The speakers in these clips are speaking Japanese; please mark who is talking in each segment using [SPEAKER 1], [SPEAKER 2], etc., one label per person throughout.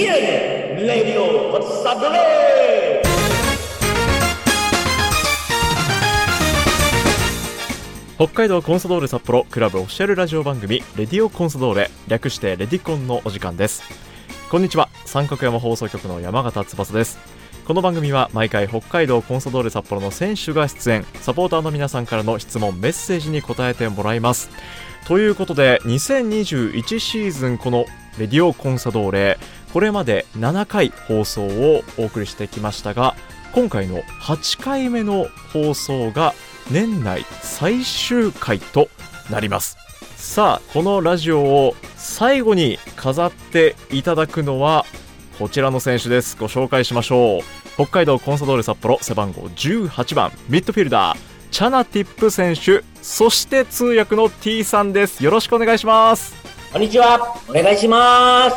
[SPEAKER 1] Nandiyan, Lelio Pasadole!
[SPEAKER 2] 北海道コンサドーレ札幌クラブオフィシャルラジオ番組レディオコンサドーレ略してレディコンのお時間ですこんにちは三角山放送局の山形翼ですこの番組は毎回北海道コンサドーレ札幌の選手が出演サポーターの皆さんからの質問メッセージに答えてもらいますということで2021シーズンこのレディオコンサドーレこれまで7回放送をお送りしてきましたが今回の8回目の放送が年内最終回となりますさあこのラジオを最後に飾っていただくのはこちらの選手ですご紹介しましょう北海道コンサドーレ札幌背番号18番ミッドフィルダーチャナティップ選手そして通訳の T さんですよろしくお願いします
[SPEAKER 1] こんにちは、お願いしま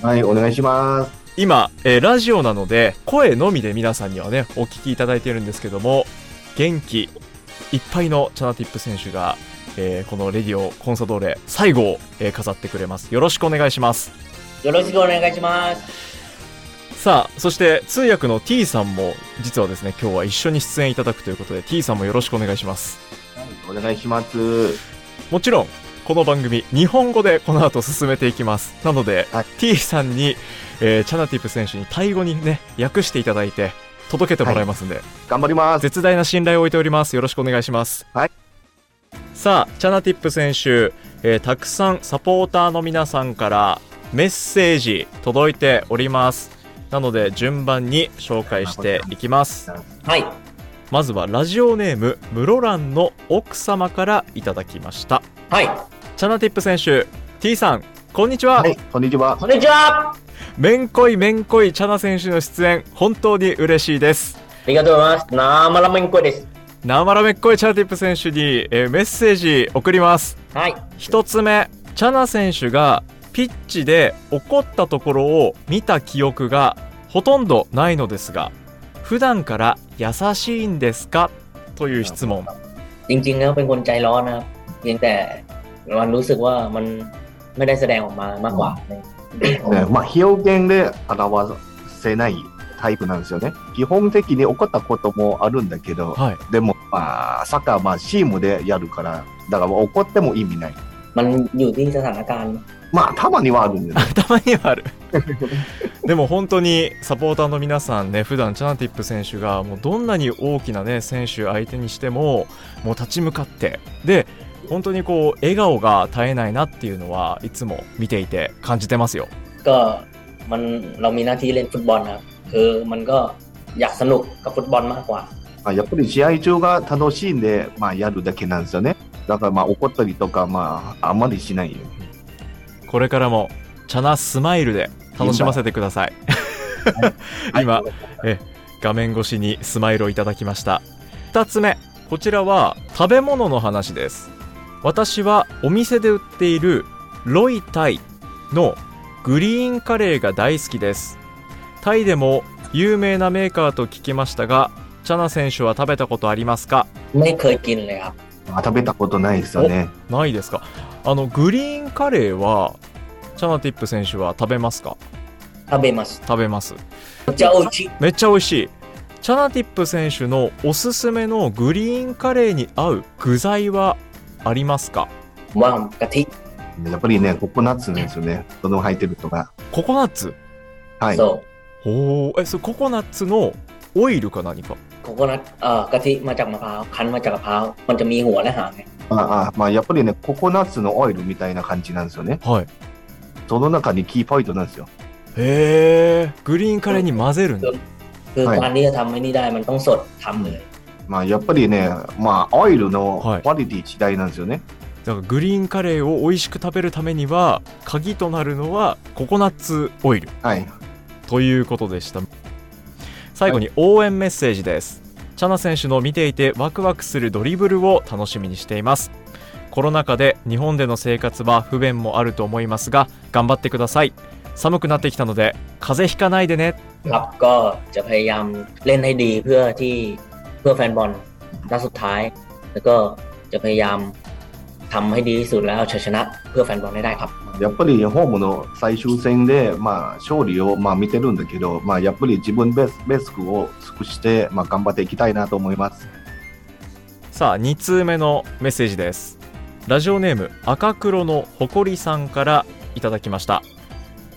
[SPEAKER 1] す。
[SPEAKER 3] はい、お願いします。
[SPEAKER 2] 今、えーラジオなので声のみで皆さんにはねお聞きいただいているんですけども元気いっぱいのチャナティップ選手が、えーこのレディオコンサドーレ最後を、えー飾ってくれますよろしくお願いします
[SPEAKER 1] よろしくお願いします。
[SPEAKER 2] さあそして通訳の T さんも実はですね今日は一緒に出演いただくということで T さんもよろしくお願いします
[SPEAKER 3] お願いします。
[SPEAKER 2] もちろんこの番組日本語でこの後進めていきますなので、
[SPEAKER 3] はい
[SPEAKER 2] T さんに、えーチャナティップ選手にタイ語にね訳していただいて届けてもらいますんで、
[SPEAKER 3] 頑張ります。
[SPEAKER 2] 絶大な信頼を置いておりますよろしくお願いします
[SPEAKER 3] はい
[SPEAKER 2] さあチャナティップ選手、えーたくさんサポーターの皆さんからメッセージ届いておりますなので順番に紹介していきます
[SPEAKER 1] はい、
[SPEAKER 2] まずはラジオネーム室蘭の奥様からいただきました
[SPEAKER 1] はい、
[SPEAKER 2] チャナティップ選手 T さんこんにちは、
[SPEAKER 3] はい、こんにちは。
[SPEAKER 1] こんにちは。あ
[SPEAKER 2] めんこいめんこいチャナ選手の出演本当に嬉しいです
[SPEAKER 1] りがとうございます。なーまらめんこです。
[SPEAKER 2] 生ラめっこいチャナティップ選手に、えーメッセージ送ります
[SPEAKER 1] はい、
[SPEAKER 2] 一つ目チャナ選手がピッチで怒ったところを見た記憶がほとんどないのですが普段から優しいんですかという質問
[SPEAKER 1] จริงๆแล้วเป็นคนใจร้อนนะครับเพียงแต่มันรู้สึกว่ามันไม่ได้แสดงออกมามากกว่า
[SPEAKER 3] ねまあ、表現で表せないタイプなんですよね。基本的に起こったこともあるんだけど、
[SPEAKER 2] はい
[SPEAKER 3] でも、まあ、サッカーはまあチームでやるから、だから起こっても意味ない。
[SPEAKER 1] มันอยู่ที่สถานการณ์
[SPEAKER 3] まあ、たまにはあるんで、 ね、
[SPEAKER 2] たまにはあるでも本当にサポーターの皆さんね普段チャナティップ選手がもうどんなに大きなね選手相手にしてももう立ち向かってで本当にこう笑顔が絶えないなっていうのはいつも見ていて感じてますよ
[SPEAKER 1] ก็มันเรามีหน้าที่เล่นฟุตบอลนะครับคือมันก็อยากสนุกกับฟุตบอลมากกว่า
[SPEAKER 3] まあやっぱり試合中が楽しんで、まあ、やるだけなんですよね。だから、まあ、怒ったりとか、まあ、あんまりしないよ。
[SPEAKER 2] これからもチャナスマイルで楽しませてください今画面越しにスマイルをいただきました2つ目こちらは食べ物の話です私はお店で売っているロイタイのグリーンカレーが大好きですタイでも有名なメーカーと聞きましたがチャナ選手は食べたことありますか
[SPEAKER 1] ไม่เคยกินเลยครับ
[SPEAKER 3] まあ食べたことないですよね。
[SPEAKER 2] ないですかあのグリーンカレーはチャナティップ選手は食べますか
[SPEAKER 1] 食べます
[SPEAKER 2] 食べます
[SPEAKER 1] じゃあおうち
[SPEAKER 2] めっちゃ美味しいチャナティップ選手のおすすめのグリーンカレーに合う具材はありますか
[SPEAKER 1] ผมว่าผมกะทิ
[SPEAKER 3] やっぱりね、ココナッツなんですよね。その入ってるとか。
[SPEAKER 2] ココナッツ
[SPEAKER 3] はい。
[SPEAKER 1] โซ
[SPEAKER 2] おおえそれココナッツのオイルか何か
[SPEAKER 1] โคโคนัทเอ่อกะทิมาจากมะพร้าว คั้นมาจากมะพร้าว มันจะมีหัวและหางไง
[SPEAKER 3] ああまあ、やっぱりね、ココナッツのオイルみたいな感じなんですよね。
[SPEAKER 2] はい
[SPEAKER 3] その中にキーポイントなんですよ。
[SPEAKER 2] へえグリーンカレーに混ぜるんだ
[SPEAKER 1] คือ
[SPEAKER 3] ใช่
[SPEAKER 1] การที่จะทำให้นี่ได้มันต้องสดทำเลย
[SPEAKER 3] まあ、やっぱりね、まあ、オイル
[SPEAKER 2] は
[SPEAKER 3] の
[SPEAKER 2] い
[SPEAKER 3] クオリティ次第なんですよね。
[SPEAKER 2] だからグリーンカレーを美味しく食べるためには鍵となるのはココナッツオイル
[SPEAKER 3] はい。
[SPEAKER 2] ということでした最後に応援メッセージです、チャナ選手の見ていてワクワクするドリブルを楽しみにしていますコロナ禍で日本での生活は不便もあると思いますが頑張ってください寒くなってきたので風邪ひかないでね
[SPEAKER 1] ครับ ก็จะพยายามเล่นให้ดีเพื่อที่เพื่อแฟนบอลนัดสุดท้าย แล้วก็จะพยายาม ทำให้ดีที่สุดแล้วเอาชัยชนะเพื่อแฟนบอลให้ได้ครับ
[SPEAKER 3] やっぱりホームの最終戦で、まあ、勝利を、まあ、見てるんだけど、まあ、やっぱり自分ベースベースを尽くして、まあ、頑張っていきたいなと思います。
[SPEAKER 2] さあ2通目のメッセージですラジオネーム赤黒のほこりさんからいただきました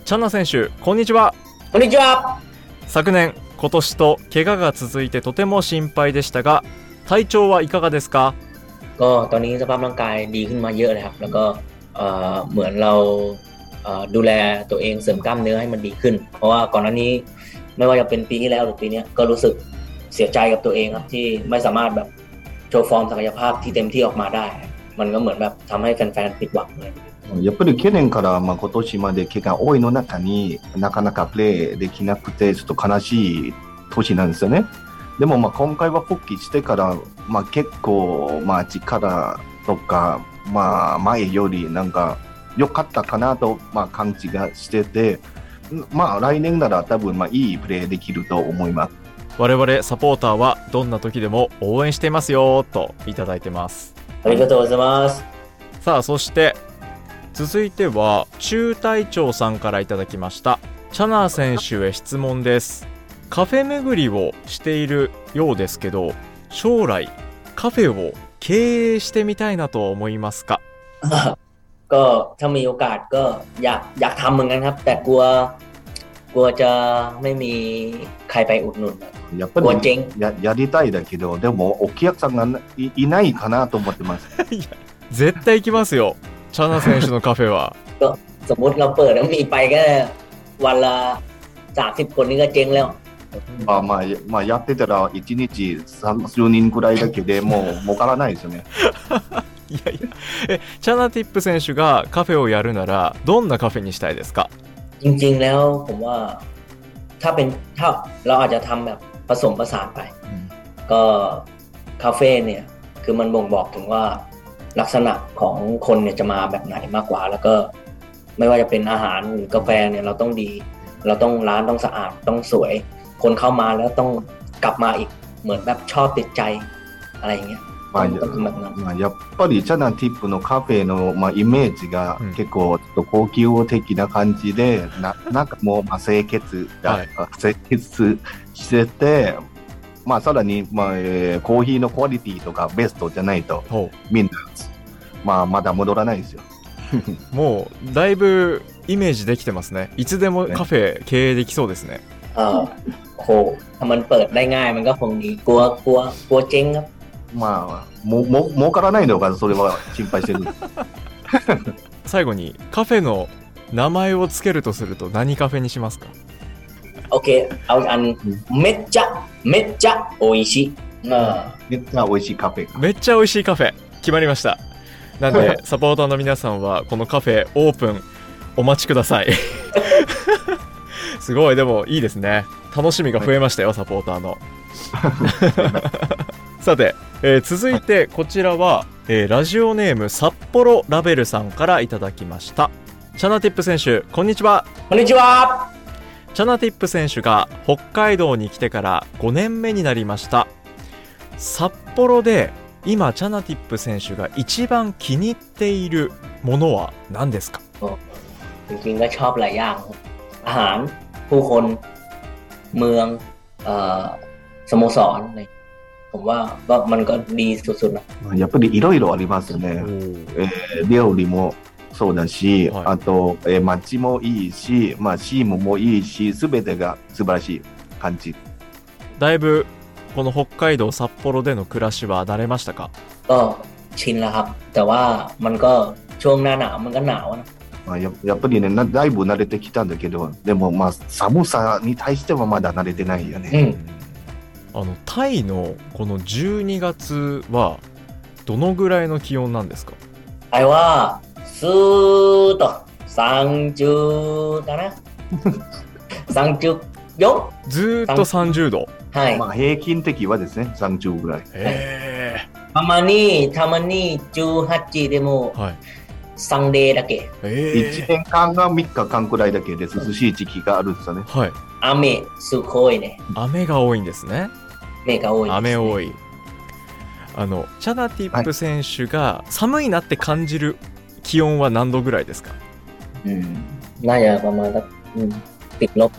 [SPEAKER 2] チャンナ選手こんにちは
[SPEAKER 1] こんにちは
[SPEAKER 2] 昨年今年と怪我が続いてとても心配でしたが体調はいかがですか
[SPEAKER 1] ก็ตอนนี้สภาพร่างกายดีขึ้นมาเยอะเลยครับ แล้วก็เอ่อเหมือนเราเอ่อดูแลตัวเองเสริมกล้ามเนื้อให้มันดีขึ้น เพราะว่าก่อนหน้านี้ไม่ว่าจะเป็นปีที่แล้วหรือปีเนี้ยก็รู้สึกเสียใจกับตัวเองครับที่ไม่สามารถแบบโชว์ฟอร์มศักยภาพที่เต็มที่ออกมาได้ มันก็เหมือนแบบทำให้แฟนๆผิดหวังเลย
[SPEAKER 3] やっぱり去年から、まあ、今年まで怪我多いの中になかなかプレーできなくてちょっと悲しい年なんですよね。でもまあ今回は復帰してから、まあ、結構まあ力とか、まあ、前よりなんか良かったかなと、まあ、感じがしてて、うんまあ、来年なら多分まあいいプレーできると思います。
[SPEAKER 2] 我々サポーターはどんな時でも応援していますよといただいてます
[SPEAKER 1] ありがとうございます
[SPEAKER 2] さあそして続いては中隊長さんからいただきましたチャナー選手へ質問ですカフェ巡りをしているようですけど将来カフェを経営してみたいなと思いますか
[SPEAKER 1] ก็ถ้ามีโอกาสก็อยากอยากทำเหมือนกันครับ แต่กลัว กลัวจะไม่มีใครไปอุดหนุน
[SPEAKER 3] やっぱ
[SPEAKER 1] กลัวเจ๊
[SPEAKER 3] り
[SPEAKER 1] ง
[SPEAKER 3] ややりたいだけど、でもお客さんがいいないかなと思ってます。
[SPEAKER 2] 絶対行きますよチャナ選手のカフェは
[SPEAKER 1] สมมุติเราเปิดแล้วมีไปแค่วันละสามสิบคนนี่ก็เจ๊งแล้ว
[SPEAKER 3] まあまあ、まあ、やってたら1日30人ぐらいだけでもう儲からないです よね。
[SPEAKER 2] いやいやえチャナティップ選手がカフェをやるならどんなカフェにしたいですか
[SPEAKER 1] จริง ๆ แล้วผมว่าถ้าเป็นถ้าเราอาจจะทำแบบผสมผสานไป ก็คาเฟ่เนี่ยคือมันบ่งบอกถึงว่าลักษณะของคนเนี่ยจะมาแบบไหนมากกว่า แล้วก็ไม่ว่าจะเป็นอาหารหรือกาแฟเนี่ยเราต้องดี เราต้องร้านต้องสะอาดต้องสวย คนเข้ามาแล้วต้องกลับมาอีกเหมือนแบบชอบติดใจอะไรอย่างเงี้ย
[SPEAKER 3] まあ
[SPEAKER 1] ต้องทำแบบนั้น
[SPEAKER 3] まあ、やっぱりチャナティップのカフェの、まあ、イメージが
[SPEAKER 2] うん
[SPEAKER 3] 結構ちょっと高級的な感じで、 ななんかもう、まあ、清潔だ、
[SPEAKER 2] はい
[SPEAKER 3] 清潔してて、まあ、さらに、まあえーコーヒーのクオリティとかベストじゃないと
[SPEAKER 2] ほう
[SPEAKER 3] みんな、まあ、まだ戻らないですよ。
[SPEAKER 2] もうだいぶイメージできてますねいつでもカフェ経営できそうですね
[SPEAKER 1] เออโอ้โหถ้ามันเปิดได้ง่ายมันก็คงดีกลัวกลัวกลัวเจ๊งครับ
[SPEAKER 3] まあ、もも儲からないのか、それは心配して る。
[SPEAKER 2] 最後にカフェの名前をつけるとすると何カフェにしますか
[SPEAKER 1] โอเค เอาอันเม็ดจะเม็ดจะโออิชิเออ
[SPEAKER 3] めっちゃ美味しいカフェ。
[SPEAKER 2] めっちゃ美味しいカフェ決まりましたなんでサポーターの皆さんはこのカフェオープンお待ちくださいすごいでもいいですね楽しみが増えましたよサポーターの さて、えー続いてこちらは、えーラジオネーム札幌ラベルさんからいただきましたチャナティップ選手こんにちは
[SPEAKER 1] こんにちは
[SPEAKER 2] チャナティップ選手が北海道に来てから5年目になりました札幌で今チャナティップ選手が一番気に入っているものは何ですか
[SPEAKER 1] จริงๆก็ชอบหลายอย่างครับอาหารผู้คนเมืองเอ่อสโมสรอะไรผมว่าก็มันก็ดีสุดๆนะ
[SPEAKER 3] やっぱりいろいろありますよね。料理もそうだし、
[SPEAKER 2] はい
[SPEAKER 3] あと、えー街もいいし、まあ、チームもいいし、すべてが素晴らしい感じ。
[SPEAKER 2] だいぶこの北海道札幌での暮らしは慣れましたか
[SPEAKER 1] ก็ชินแล้วครับ แต่ว่ามันก็ช่วงหน้าหนาวมันก็หนาวนะ
[SPEAKER 3] まあ、ややっぱりねな、だいぶ慣れてきたんだけど、でも、まあ、寒さに対してはまだ慣れてないよ
[SPEAKER 1] อื
[SPEAKER 3] ね。
[SPEAKER 1] ม
[SPEAKER 2] あのタイのこの12月はどのぐらいの気温なんですか
[SPEAKER 1] ไอ้ว่าซื้อต่อสังจูนะนะ สังจูยก
[SPEAKER 2] ずーっと30度
[SPEAKER 1] ให้
[SPEAKER 3] まあ、平均的はですね、30ぐらい。
[SPEAKER 2] へ
[SPEAKER 1] ทามานี่ทามานี่จูฮัจจิเดโม
[SPEAKER 2] えはい
[SPEAKER 1] ซังเดย์だけ
[SPEAKER 3] 1年間が3日間くらいだけで涼しい時期があるんですよね。
[SPEAKER 2] はい
[SPEAKER 1] อาเมะสุโคยเนี่ย
[SPEAKER 2] 雨が多いんですね
[SPEAKER 1] เมฆก็โอย
[SPEAKER 2] 雨多いあのチャナティップ選手が寒いなって感じる気温は何度ぐらいですか、
[SPEAKER 3] うん。
[SPEAKER 1] น่าจะประมาณสักอืมติดลบ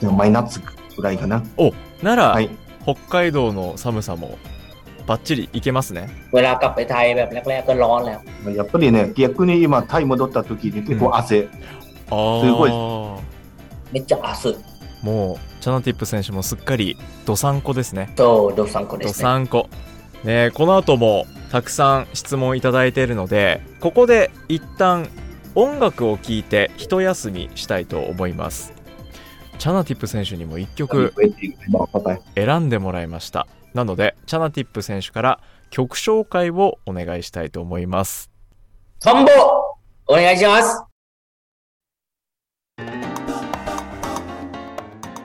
[SPEAKER 3] でもマイナスぐらいかな。
[SPEAKER 2] おなら、
[SPEAKER 3] はい。
[SPEAKER 2] 北海道の寒さもバッチリいけますね
[SPEAKER 1] เวลากลับไปไทยแบบแรก ๆ ก็ร้อนแล้ว
[SPEAKER 3] やっぱりね、逆に今、タイ戻った時に結構汗。
[SPEAKER 2] あー
[SPEAKER 3] すごい
[SPEAKER 1] めっちゃ暑い
[SPEAKER 2] もうチャナティップ選手もすっかりどさんこですね
[SPEAKER 1] とドサンコで
[SPEAKER 2] ど
[SPEAKER 1] すね。
[SPEAKER 2] さんこねこの後もたくさん質問いただいているのでここで一旦音楽を聴いて一休みしたいと思いますチャナティップ選手にも1曲
[SPEAKER 3] まあパパ
[SPEAKER 2] 選んでもらいましたなのでチャナティップ選手から曲紹介をお願いしたいと思います
[SPEAKER 1] トンボお願いします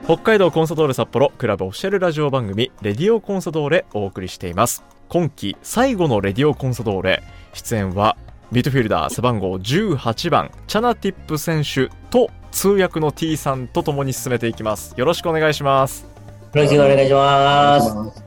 [SPEAKER 2] 北海道コンサドーレ札幌クラブオフィシャルラジオ番組レディオコンサドーレお送りしています今季最後のレディオコンサドーレ出演はミッドフィルダー背番号18番チャナティップ選手と通訳の T さんと共に進めていきますよろしくお願いします
[SPEAKER 1] よろしくお願いします。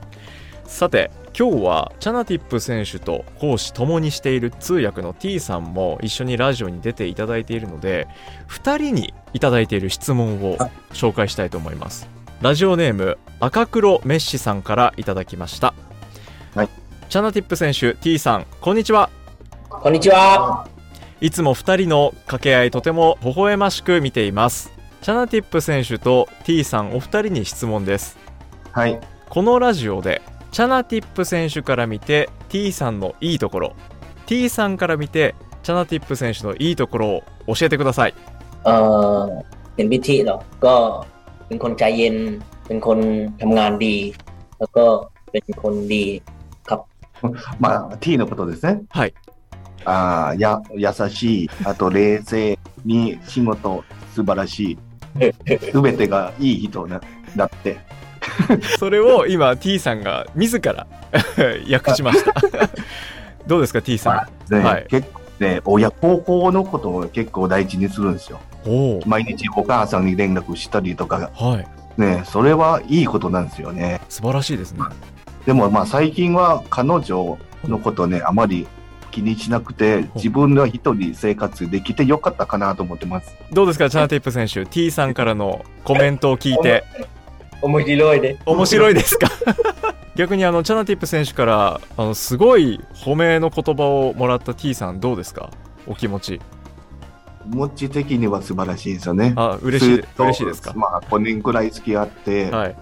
[SPEAKER 2] さて今日はチャナティップ選手と講師共にしている通訳の T さんも一緒にラジオに出ていただいているので2人にいただいている質問を紹介したいと思いますラジオネーム赤黒メッシさんからいただきました、
[SPEAKER 3] はい、
[SPEAKER 2] チャナティップ選手 T さんこんにちは
[SPEAKER 1] こんにちは。
[SPEAKER 2] いつも2人の掛け合いとても微笑ましく見ていますチャナティップ選手と T さんお二人に質問です
[SPEAKER 3] はい。
[SPEAKER 2] このラジオでチャナティップ選手から見て T さんのいいところ T さんから見てチャナティップ選手のいいところを教えてくださ い
[SPEAKER 1] เออเป็นพิธีเหรอก็เป็นคนใจเย็น เป็นคนทำงานดี แล้วก็เป็นคนดี
[SPEAKER 3] まあ、T のことですね。
[SPEAKER 2] はい
[SPEAKER 3] あーや優しい、あと冷静に仕事、素晴らしい。すべてがいい人なだって。
[SPEAKER 2] それを今 T さんが自ら 訳しました どうですか T さ
[SPEAKER 3] ね
[SPEAKER 2] はい
[SPEAKER 3] 結構ね、親高校のことを結構大事にするんですよ。
[SPEAKER 2] んお
[SPEAKER 3] 毎日お母さんに連絡したりとか、
[SPEAKER 2] おはい
[SPEAKER 3] ね、それはいいことなんですよね。
[SPEAKER 2] 素晴らしいですね
[SPEAKER 3] でもまあ最近は彼女のことね、あまり気にしなくて、自分の一人生活できてよかったかなと思ってます。
[SPEAKER 2] どうですかチャナティップ選手 T さんからのコメントを聞いて
[SPEAKER 1] おもしろいで
[SPEAKER 2] 面白いですか 逆にあのチャナティップ選手からあのすごい褒めの言葉をもらった T さんどうですかお気持ち
[SPEAKER 3] 気持ち的には素晴らしいですよね。
[SPEAKER 2] あ嬉しい
[SPEAKER 3] ずっと
[SPEAKER 2] 嬉しいですか
[SPEAKER 3] まあ5年くらい付き合って、
[SPEAKER 2] はい、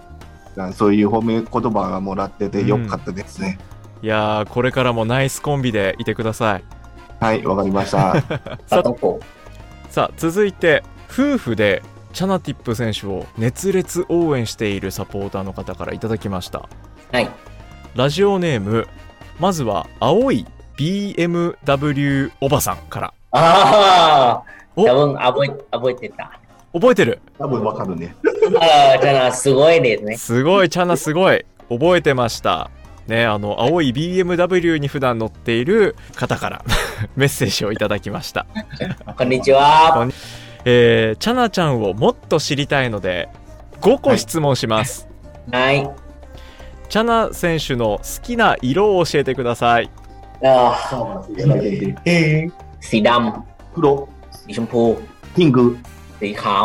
[SPEAKER 3] そういう褒め言葉がもらっててよかったですね。
[SPEAKER 2] いやーこれからもナイスコンビでいてください
[SPEAKER 3] はい、わかりま した。
[SPEAKER 1] ปาต้องโกะ
[SPEAKER 2] さあ続いて夫婦でチャナティップ選手を熱烈応援しているサポーターの方からいただきました
[SPEAKER 1] はい
[SPEAKER 2] ラジオネームまずは青い BMW おばさんから
[SPEAKER 1] อ่า
[SPEAKER 2] お
[SPEAKER 1] แต่ว่าอาบุยอาบุยติดต า
[SPEAKER 2] 覚えてる
[SPEAKER 3] 多分わかるね。
[SPEAKER 1] เออชนะすごいですね
[SPEAKER 2] すごいチャナすごい覚えてましたねあの青い BMW に普段乗っている方から メッセージをいただきました
[SPEAKER 1] こんにちは
[SPEAKER 2] えー、チャナちゃんをもっと知りたいので5個質問します、
[SPEAKER 1] はい
[SPEAKER 2] チャナ選手の好きな色を教えてください
[SPEAKER 1] เออสีด
[SPEAKER 3] 黒、
[SPEAKER 1] ำสีชมพู
[SPEAKER 3] ピンク、
[SPEAKER 1] สีขาว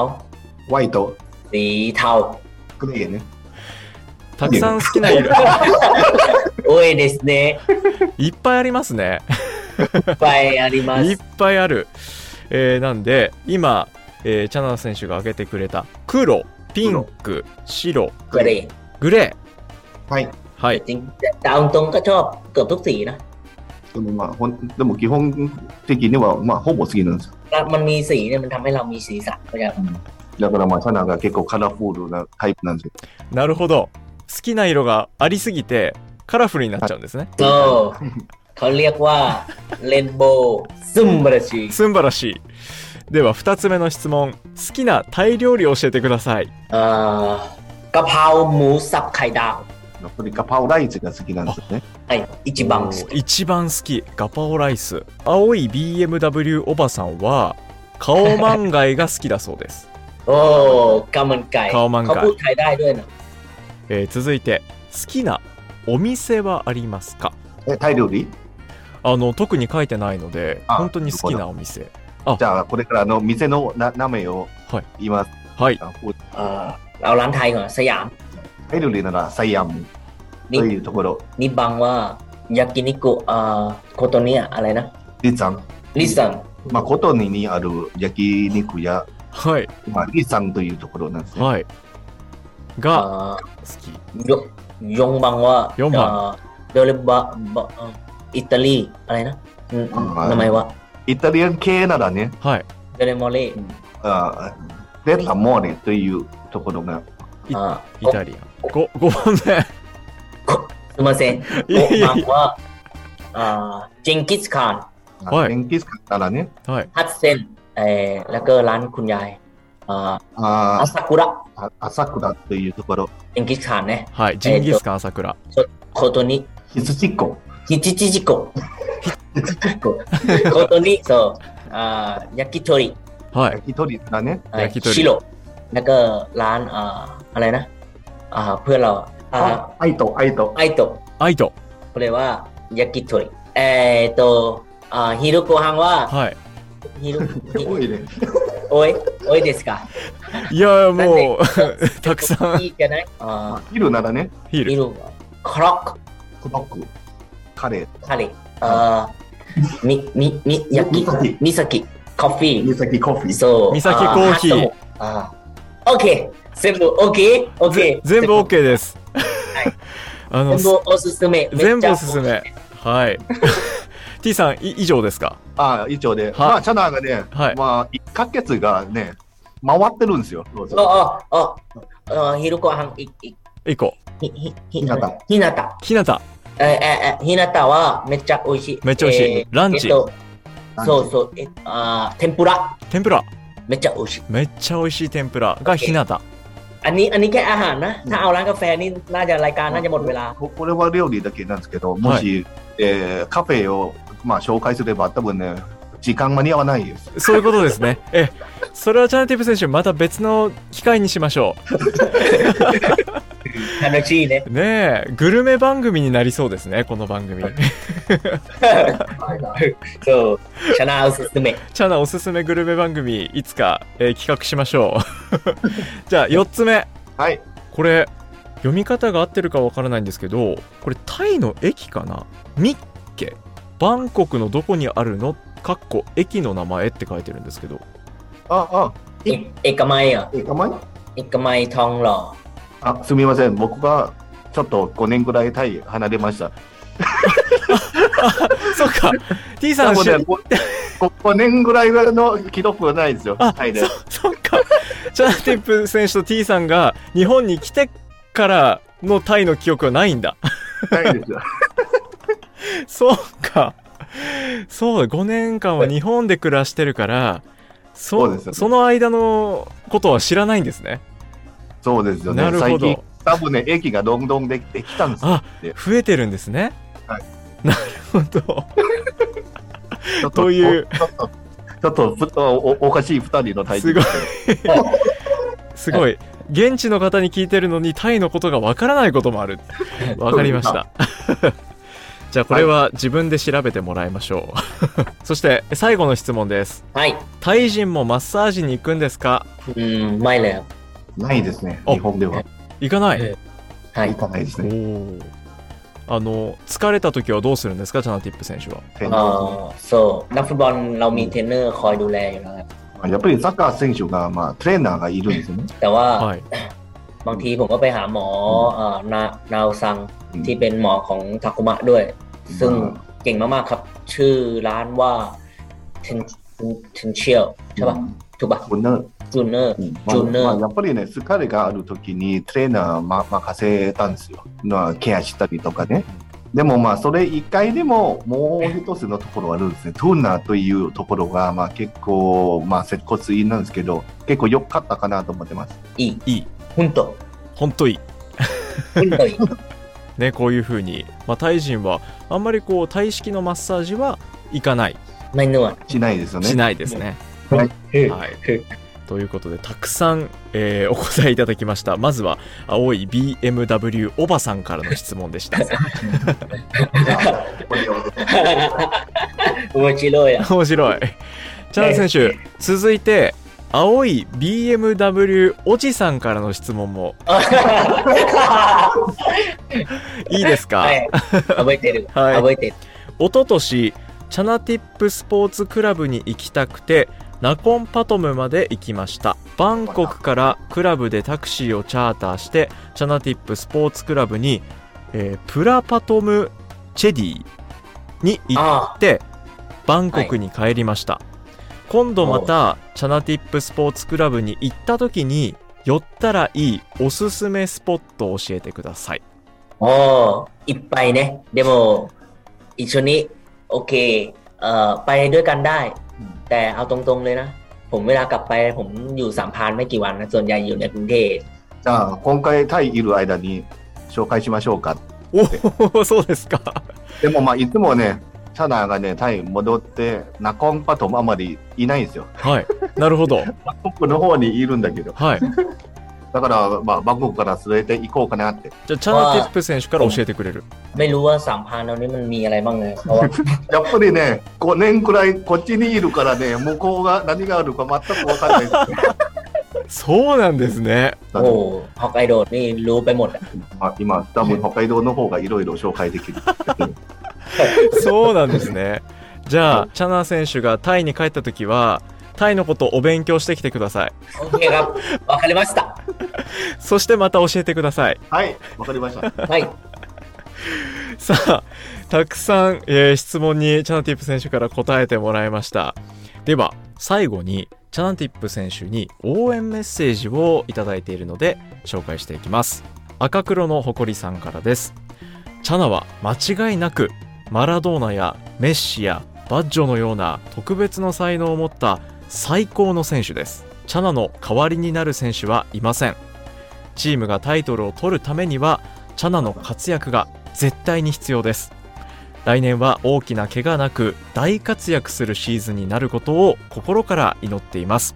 [SPEAKER 3] ホワイト、
[SPEAKER 1] สีเทา
[SPEAKER 3] グレーね。
[SPEAKER 2] たくさん好きな色
[SPEAKER 1] โอ้ยเดสเน่
[SPEAKER 2] いっぱいありますね
[SPEAKER 1] ไปอาริ มัส
[SPEAKER 2] いっぱいある、えーなんで今、えーチャナ選手が挙げてくれた黒ピンク白
[SPEAKER 1] ก็ดี
[SPEAKER 2] グレ
[SPEAKER 3] はい。
[SPEAKER 2] ー
[SPEAKER 1] แต่
[SPEAKER 2] はい
[SPEAKER 1] จริงแต่เอาตรงก็ชอบเกือบทุกสีนะ
[SPEAKER 3] でもまあ、ほんでも基本的には、まあ、ほぼ好きなんですよ。
[SPEAKER 1] แล้วมันมีสีเนี่ยมันทำให้เรามีสีสันเข้าใจปะ
[SPEAKER 3] だからまあ、サナが結構カラフルなタイプなんですよ。
[SPEAKER 2] なるほど好きな色がありすぎてカラフルになっちゃうんですね
[SPEAKER 1] โซเขาเรียกว่าเลนโบซุ่มบราชี
[SPEAKER 2] すんばらしいでは2つ目の質問好きなタイ料理を教えてください
[SPEAKER 1] เอ่อกะเพราหมูสับไข่ดาว
[SPEAKER 3] やっぱりガパオライスが好きなんですよね。
[SPEAKER 1] ไอ้อิจิบัง
[SPEAKER 2] おー一番好きガパオライス青い BMW おばさんはカオマンガイが好きだそうです、
[SPEAKER 1] โอ้กามันไก่
[SPEAKER 2] ข้าวมัน
[SPEAKER 1] เขา
[SPEAKER 2] ไก่
[SPEAKER 1] พูดไทยได้ด้วยนะ
[SPEAKER 2] えー続いて好きなお店はありますか
[SPEAKER 3] えタイ料理
[SPEAKER 2] あの特に書いてないので
[SPEAKER 3] あ
[SPEAKER 2] 本当に好きなお店
[SPEAKER 3] じゃあ、これからあの店のな名前を
[SPEAKER 2] はい
[SPEAKER 3] 言います。
[SPEAKER 2] はい
[SPEAKER 3] あこう
[SPEAKER 1] เอ่อเอาร้านไทยก่อนสยาม
[SPEAKER 3] タイ料理なら、サイアム
[SPEAKER 1] นิ
[SPEAKER 3] というところ、
[SPEAKER 1] นิบังว่ายากินิกุเอ่อโคโตเนียอะไรนะ
[SPEAKER 3] リさん。
[SPEAKER 1] ลิซัน
[SPEAKER 3] まあ、コトニにある焼肉屋、
[SPEAKER 2] はい
[SPEAKER 3] まあ、リさんというところなんですね。
[SPEAKER 2] はい
[SPEAKER 1] เอ่
[SPEAKER 2] が
[SPEAKER 1] อ
[SPEAKER 2] 好き
[SPEAKER 1] ยยงบังว่าย
[SPEAKER 2] งบัง
[SPEAKER 1] เดลบะบะเอ่ออิตาลีอะไรนะอืมอืมทำไมวะ
[SPEAKER 3] イタリアン系ならね、
[SPEAKER 2] はい
[SPEAKER 1] เดลมอเล่
[SPEAKER 3] あレッラモーネというところが、
[SPEAKER 2] い
[SPEAKER 1] อ่า
[SPEAKER 2] イタリアンご5番
[SPEAKER 1] สมาเซน
[SPEAKER 2] 目
[SPEAKER 1] โก
[SPEAKER 2] いえいえ
[SPEAKER 1] บังว่าอ่าเจงกิสคาน
[SPEAKER 2] はい
[SPEAKER 3] 電気使ったらね、
[SPEAKER 2] はい
[SPEAKER 1] ฮัตเซนเอ่อแล้วก็ร้านคุณยายอ่าอา
[SPEAKER 3] あ
[SPEAKER 1] ซากุระ
[SPEAKER 3] あ朝倉というところ、
[SPEAKER 1] เจงกิสคานเนี่ย
[SPEAKER 2] はいジンギスカン朝倉
[SPEAKER 1] โคโตนิ
[SPEAKER 3] ヒスチコ、
[SPEAKER 1] ฮิจิจิจิโกโคโตนิโซอ่ายากิโทริ
[SPEAKER 2] はい
[SPEAKER 3] 焼き鳥だね、
[SPEAKER 1] เอ่อย
[SPEAKER 2] ากิโทริ
[SPEAKER 1] ชิโร่แล้วก็ร้านอ่าอะไรนะอ่าเพื่อนเราอ่า
[SPEAKER 3] あ愛と愛と
[SPEAKER 1] ไอโตะ
[SPEAKER 2] アイト
[SPEAKER 1] เขาเรียกว่ายากิโทริเอ่อโตอ่าฮิโรโกฮังว่า
[SPEAKER 2] はい
[SPEAKER 1] ฮิโร
[SPEAKER 3] 多いね。
[SPEAKER 1] โอ้ยโอ้ยเดสกะ
[SPEAKER 2] いやもう たくさん
[SPEAKER 1] いいじゃないอ่า
[SPEAKER 3] ヒルならね、
[SPEAKER 2] ヒー
[SPEAKER 1] ฮิโร
[SPEAKER 2] ル
[SPEAKER 1] คร็อก
[SPEAKER 3] クロック、カレー、
[SPEAKER 1] 彼、あーみ、み、み、やき
[SPEAKER 3] みさき、
[SPEAKER 1] みさき、コーヒ
[SPEAKER 3] ミサキコーヒ
[SPEAKER 1] ー、
[SPEAKER 3] ー。
[SPEAKER 1] そう、
[SPEAKER 2] みさきコーヒー
[SPEAKER 3] あ
[SPEAKER 1] オッケー、全部オッケー、オッケー、
[SPEAKER 2] 全部 OK です
[SPEAKER 1] い
[SPEAKER 2] あの
[SPEAKER 1] 全部おすすめ、
[SPEAKER 2] 全部お
[SPEAKER 1] めっ
[SPEAKER 2] す
[SPEAKER 1] ちゃ
[SPEAKER 2] すめ。はい T さんい以上ですか
[SPEAKER 3] ああ、以上で、
[SPEAKER 2] い
[SPEAKER 3] まあ、チャナーがね、
[SPEAKER 2] はい
[SPEAKER 3] まあ、1ヶ月がね、回ってるんですよ。どうぞ
[SPEAKER 1] あ、あ、あ、あ、ひろこはん、い、い、
[SPEAKER 2] 一個
[SPEAKER 1] ひ、ひ、ひ
[SPEAKER 3] ひなた。
[SPEAKER 1] ひなた。
[SPEAKER 2] ひなた
[SPEAKER 1] え、え、え、ひなたはめっちゃ美味しい。
[SPEAKER 2] めっちゃ美味しい
[SPEAKER 1] え
[SPEAKER 2] ランチ
[SPEAKER 1] えっと
[SPEAKER 3] ランチ
[SPEAKER 1] そうそう、え、あー、天ぷら、
[SPEAKER 2] 天ぷら
[SPEAKER 1] めっちゃ美味しい。
[SPEAKER 2] めっちゃ美味しい天ぷらがひなた
[SPEAKER 1] อันนี้อันนี้แค่อาหารนะ ถ้าเอาร้านกาแฟนี่น่าจะรายการน่าจะหมดเวลา
[SPEAKER 3] ここれは料理だけなんですけど、もし、えーカフェを、まあ、紹介すれば、多分ね、時間間に合わないです。
[SPEAKER 2] そういうことで すねえそれはチャナティブ選手また別の機会にしましょ
[SPEAKER 1] 楽しい ね。
[SPEAKER 2] うねえグルメ番組になりそうですねこの番組
[SPEAKER 1] そう、ชนะおすすめ。
[SPEAKER 2] チャナおすすめグルメ番組いつか、えー企画しましょう じゃあ4つ目
[SPEAKER 3] はい、
[SPEAKER 2] これ読み方が合ってるかわからないんですけどこれタイの駅かなミッケバンコクのどこにあるのかっこ駅の名前って書いてるんです けど
[SPEAKER 3] ああ、
[SPEAKER 1] เอกเอกมัยเหรอ่ะ
[SPEAKER 3] えかまい
[SPEAKER 1] เอกมัยทองหล่อ
[SPEAKER 3] あすみません、僕がちょっと5年ぐらいタイ離れました。
[SPEAKER 2] そっか T さ
[SPEAKER 3] 多
[SPEAKER 2] ん
[SPEAKER 3] 分
[SPEAKER 2] し
[SPEAKER 3] ね、5年ぐらいの記録はないですよ、
[SPEAKER 2] あ
[SPEAKER 3] タイで。
[SPEAKER 2] そっかチャナティップ選手と T さんが日本に来てからのタイの記憶はないん だ
[SPEAKER 3] ないですよ。
[SPEAKER 2] そうか。そうだ、5年間は日本で暮らしてるから、そ
[SPEAKER 3] そうですよね
[SPEAKER 2] その間のことは知らないんですね。
[SPEAKER 3] そうですよ
[SPEAKER 2] な
[SPEAKER 3] ね、
[SPEAKER 2] るほ
[SPEAKER 3] 最近
[SPEAKER 2] ど。。
[SPEAKER 3] 多分ね、駅がどんどんできてきたんですよ。
[SPEAKER 2] あ、増えてるんですね。
[SPEAKER 3] はい
[SPEAKER 2] なるほど。
[SPEAKER 3] ちょっ
[SPEAKER 2] という
[SPEAKER 3] ちょっと、ちょっとふとおおかしい2人のタイ
[SPEAKER 2] すごい。すごい。現地の方に聞いてるのにタイのことがわからないことも ある。わかりました。じゃあこれは自分で調べてもらいましょう。 そして最後の質問です。
[SPEAKER 1] はい
[SPEAKER 2] タイ人もマッサージに行くんですか
[SPEAKER 1] อืมไม่เลยครับ
[SPEAKER 3] ないですね、
[SPEAKER 2] あ
[SPEAKER 3] 日本では。
[SPEAKER 2] 行かない。
[SPEAKER 1] ええはい
[SPEAKER 3] 行かないです
[SPEAKER 2] お
[SPEAKER 3] ね。
[SPEAKER 2] おあの疲れた時はどうするんですかチャナティップ選手は
[SPEAKER 3] 天
[SPEAKER 1] อ่
[SPEAKER 3] 皇
[SPEAKER 1] า so นักฟุตบอลเรามีเทรนเนอร์คอยดูแลอยู่แล้วครับ
[SPEAKER 3] まあやっぱりサッカー選手が、まあ、トレーナーがいるんですよね。
[SPEAKER 1] แต่ว่า
[SPEAKER 2] はい
[SPEAKER 1] บางทีผมก็ไปหาหมออ่านานาโอซัง
[SPEAKER 3] うん
[SPEAKER 1] ที่เป็นหมอของทาคุมะด้วย ซึ่งเก่งมาก ๆ ครับ ชื่อร้านว่าเทนเทนเชียลใช่ป่ะ ถูกป่ะ
[SPEAKER 3] こんな
[SPEAKER 1] จูเนอร์
[SPEAKER 3] まあ
[SPEAKER 1] ジョンね
[SPEAKER 3] まあやっぱりね、疲れがある時にトレーナーま任せたんですよ。まあケアしたりとかね。でもまあ、それ以外でも、もう一つのところがあるんですね。トゥーナーというところが、まあ結構、まあ、接骨院なんですけど、結構良かったかなと思ってます。
[SPEAKER 1] อี
[SPEAKER 2] いい
[SPEAKER 1] หุ่นโต
[SPEAKER 2] 本当いい
[SPEAKER 1] หุ่นโต
[SPEAKER 2] ねこういう風にまあタイ人はあんまりこうタイ式のマッサージは行かない
[SPEAKER 1] ไม่นวด
[SPEAKER 3] しないですよね。
[SPEAKER 2] しないですね
[SPEAKER 1] はい
[SPEAKER 2] はいとということで、たくさん、えー お答えいただきました。まずは、青い BMW おばさんからの質問 でした。
[SPEAKER 1] 面白 いや。
[SPEAKER 2] 面白い。チャン選手、続いて、青い BMW おじさんからの質問もいいですか、
[SPEAKER 1] はい、覚えてる。
[SPEAKER 2] はい
[SPEAKER 1] 覚えてる。
[SPEAKER 2] 一昨年チャナティップスポーツクラブに行きたくてナコンパトムまで行きましたバンコクからクラブでタクシーをチャーターしてチャナティップスポーツクラブに、えープラパトムチェディに行
[SPEAKER 1] あ
[SPEAKER 2] ってバンコクに帰りました、今度またチャナティップスポーツクラブに行った時に寄ったらいいおすすめスポットを教えてください
[SPEAKER 1] あ、おーいっぱいね。でも、一緒に、โอเค เอ่อ ไปด้วยกันได้ แต่เอาตรงๆเลยนะ ผมเวลากลับไป ผมอยู่สามพรานไม่กี่วันนะ ส่วนใหญ่อยู่ในกรุงเทพ
[SPEAKER 3] じゃあ、今回タイいる間に紹介しましょうか。
[SPEAKER 2] おお そうですか
[SPEAKER 3] でも、まあ、いつもね、チャナがね、タイ戻って、ナコンパトもあまりいないんですよ。
[SPEAKER 2] はいなるほど
[SPEAKER 3] バンコクの方にいるんだけど。
[SPEAKER 2] はい。じ
[SPEAKER 3] だから、まあ、バンコクから連れて行こうかなって。
[SPEAKER 2] ゃあ、チャナティップ選手から教えてくれる。
[SPEAKER 1] ไม่รู้ว่าสามพรานเรานี่มันมีอะไรบ้างเลยเพ ราะว่า
[SPEAKER 3] やっぱりね、5年くらいこっちにいるからね、向こうが何があるか全く分かんないです。
[SPEAKER 2] そうなんですね。
[SPEAKER 1] โอ้โหฮอกไกโดนี่รู้ไปหมดอะ
[SPEAKER 3] まあ、今、多分北海道の方がいろいろ紹介でき る。
[SPEAKER 2] そうなんですね。じゃあ、チャナ選手がタイに帰った時は、タイのことをお勉強してきてください。
[SPEAKER 1] โอเค ครับわかりました
[SPEAKER 2] そしてまた教えてください。
[SPEAKER 3] はい、わかりました。
[SPEAKER 1] はい
[SPEAKER 2] さあ、たくさん、えー質問にチャナティップ選手から答えてもらいました。では、最後に、チャナティップ選手に応援メッセージをいただいているので、紹介していきます。赤黒の誇りさんからです。チャナは間違いなく、マラドーナやメッシやバッジョのような特別の才能を持った最高の選手です。チャナの代わりになる選手はいません。チームがタイトルを取るためには、チャナの活躍が絶対に必要です来年は大きな怪我なく大活躍するシーズンになることを心から祈っています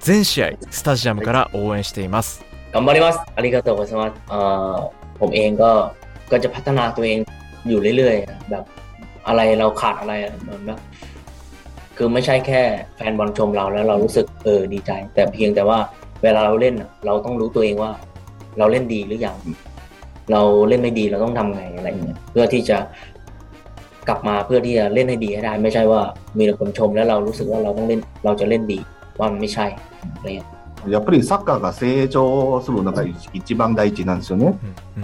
[SPEAKER 2] 全試合スタジアムから応援しています
[SPEAKER 1] 頑張りますありがとうございますเอ่อผมเองก็ก็จะพัฒนาตัวเองอยู่เรื่อยๆอะแบบอะไรเราขาดอะไรอะเหมือนแบบคือไม่ใช่แค่แฟนบอลชมเราแล้วเรารู้สึกเออดีใจ แต่เพียงแต่ว่าเวลาเราเล่นอะเราต้องรู้ตัวเองว่า เราเล่นดีหรือยัง เราเล่นไม่ดีเราต้องทำไงอะไรอย่างเงี้ยเพื่อที่จะกลับมาเพื่อที่จะเล่นให้ดีให้ได้ ไม่ใช่ว่ามีแต่คนชมแล้วเรารู้สึกว่าเราต้องเล่นเราจะเล่นดีว่ามันไม่ใช่อะไรเงี้ย
[SPEAKER 3] やっぱりサッカーが成長するのが一番大事なんですよね。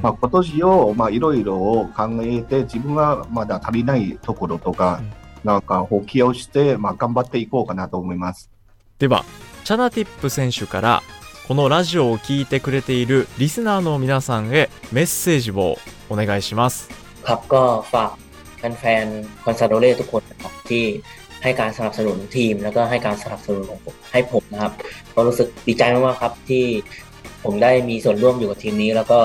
[SPEAKER 3] まあ、今年をまあいろいろ考えて、自分がまだ足りないところとか、なんか補給をして、まあ、頑張っていこうかなと思います。
[SPEAKER 2] ではチャナティップ選手からこのラジオを聞いてくれているリスナーの皆さんへメッセージをお願いします
[SPEAKER 1] ครับก็ฝากแฟนๆคอนซาโดเล่ทุกคนนะครับที่ให้การสนับสนุนทีม แล้วก็ให้การสนับสนุนของผมให้ผมนะครับก็รู้สึกดีใจมากๆครับที่ผมได้มีส่วนร่วมอยู่กับทีมนี้ แล้วก็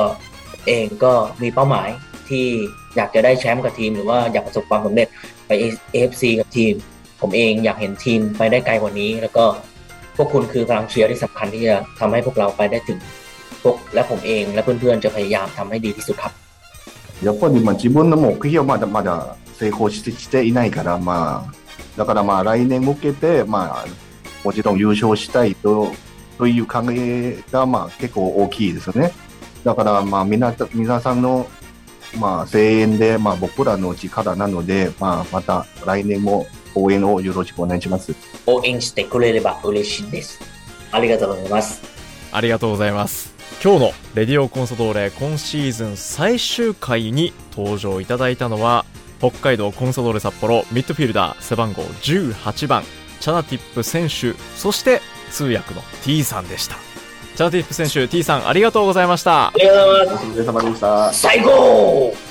[SPEAKER 1] เองก็มีเป้าหมายที่อยากจะได้แชมป์กับทีม หรือว่าอยากประสบความสำเร็จไป AFC กับทีม ผมเองอยากเห็นทีมไปได้ไกลกว่านี้ แล้วก็พวกคุณคือพลังเชียร์ที่สำคัญที่จะทำให้พวกเราไปได้ถึงพวกและผมเองและเพื่อนๆจะพยายามทำให้ดีที่สุดครับ
[SPEAKER 3] やっぱりまあ自分の目標はまだまだ成功してしていないから、まあ、だからまあ来年向けて、まあ、もちろん優勝したいとという考えがまあ結構大きいですよね。だからまあ皆さん皆さんのまあ声援でまあ僕らの力なので、まあ、また来年も応援をよろしくお願いします。
[SPEAKER 1] 応援してくれれば嬉しいです。ありがとうございます。
[SPEAKER 2] ありがとうございます。今日のレディオコンソドーレ今シーズン最終回に登場いただいたのは北海道コンソドーレ札幌ミッドフィルダー背番号18番チャナティップ選手そして通訳の T さんでしたチャナティップ選手 T さんありがとうございました
[SPEAKER 1] ありがとうございま
[SPEAKER 3] お疲れ様でした。
[SPEAKER 1] す。最高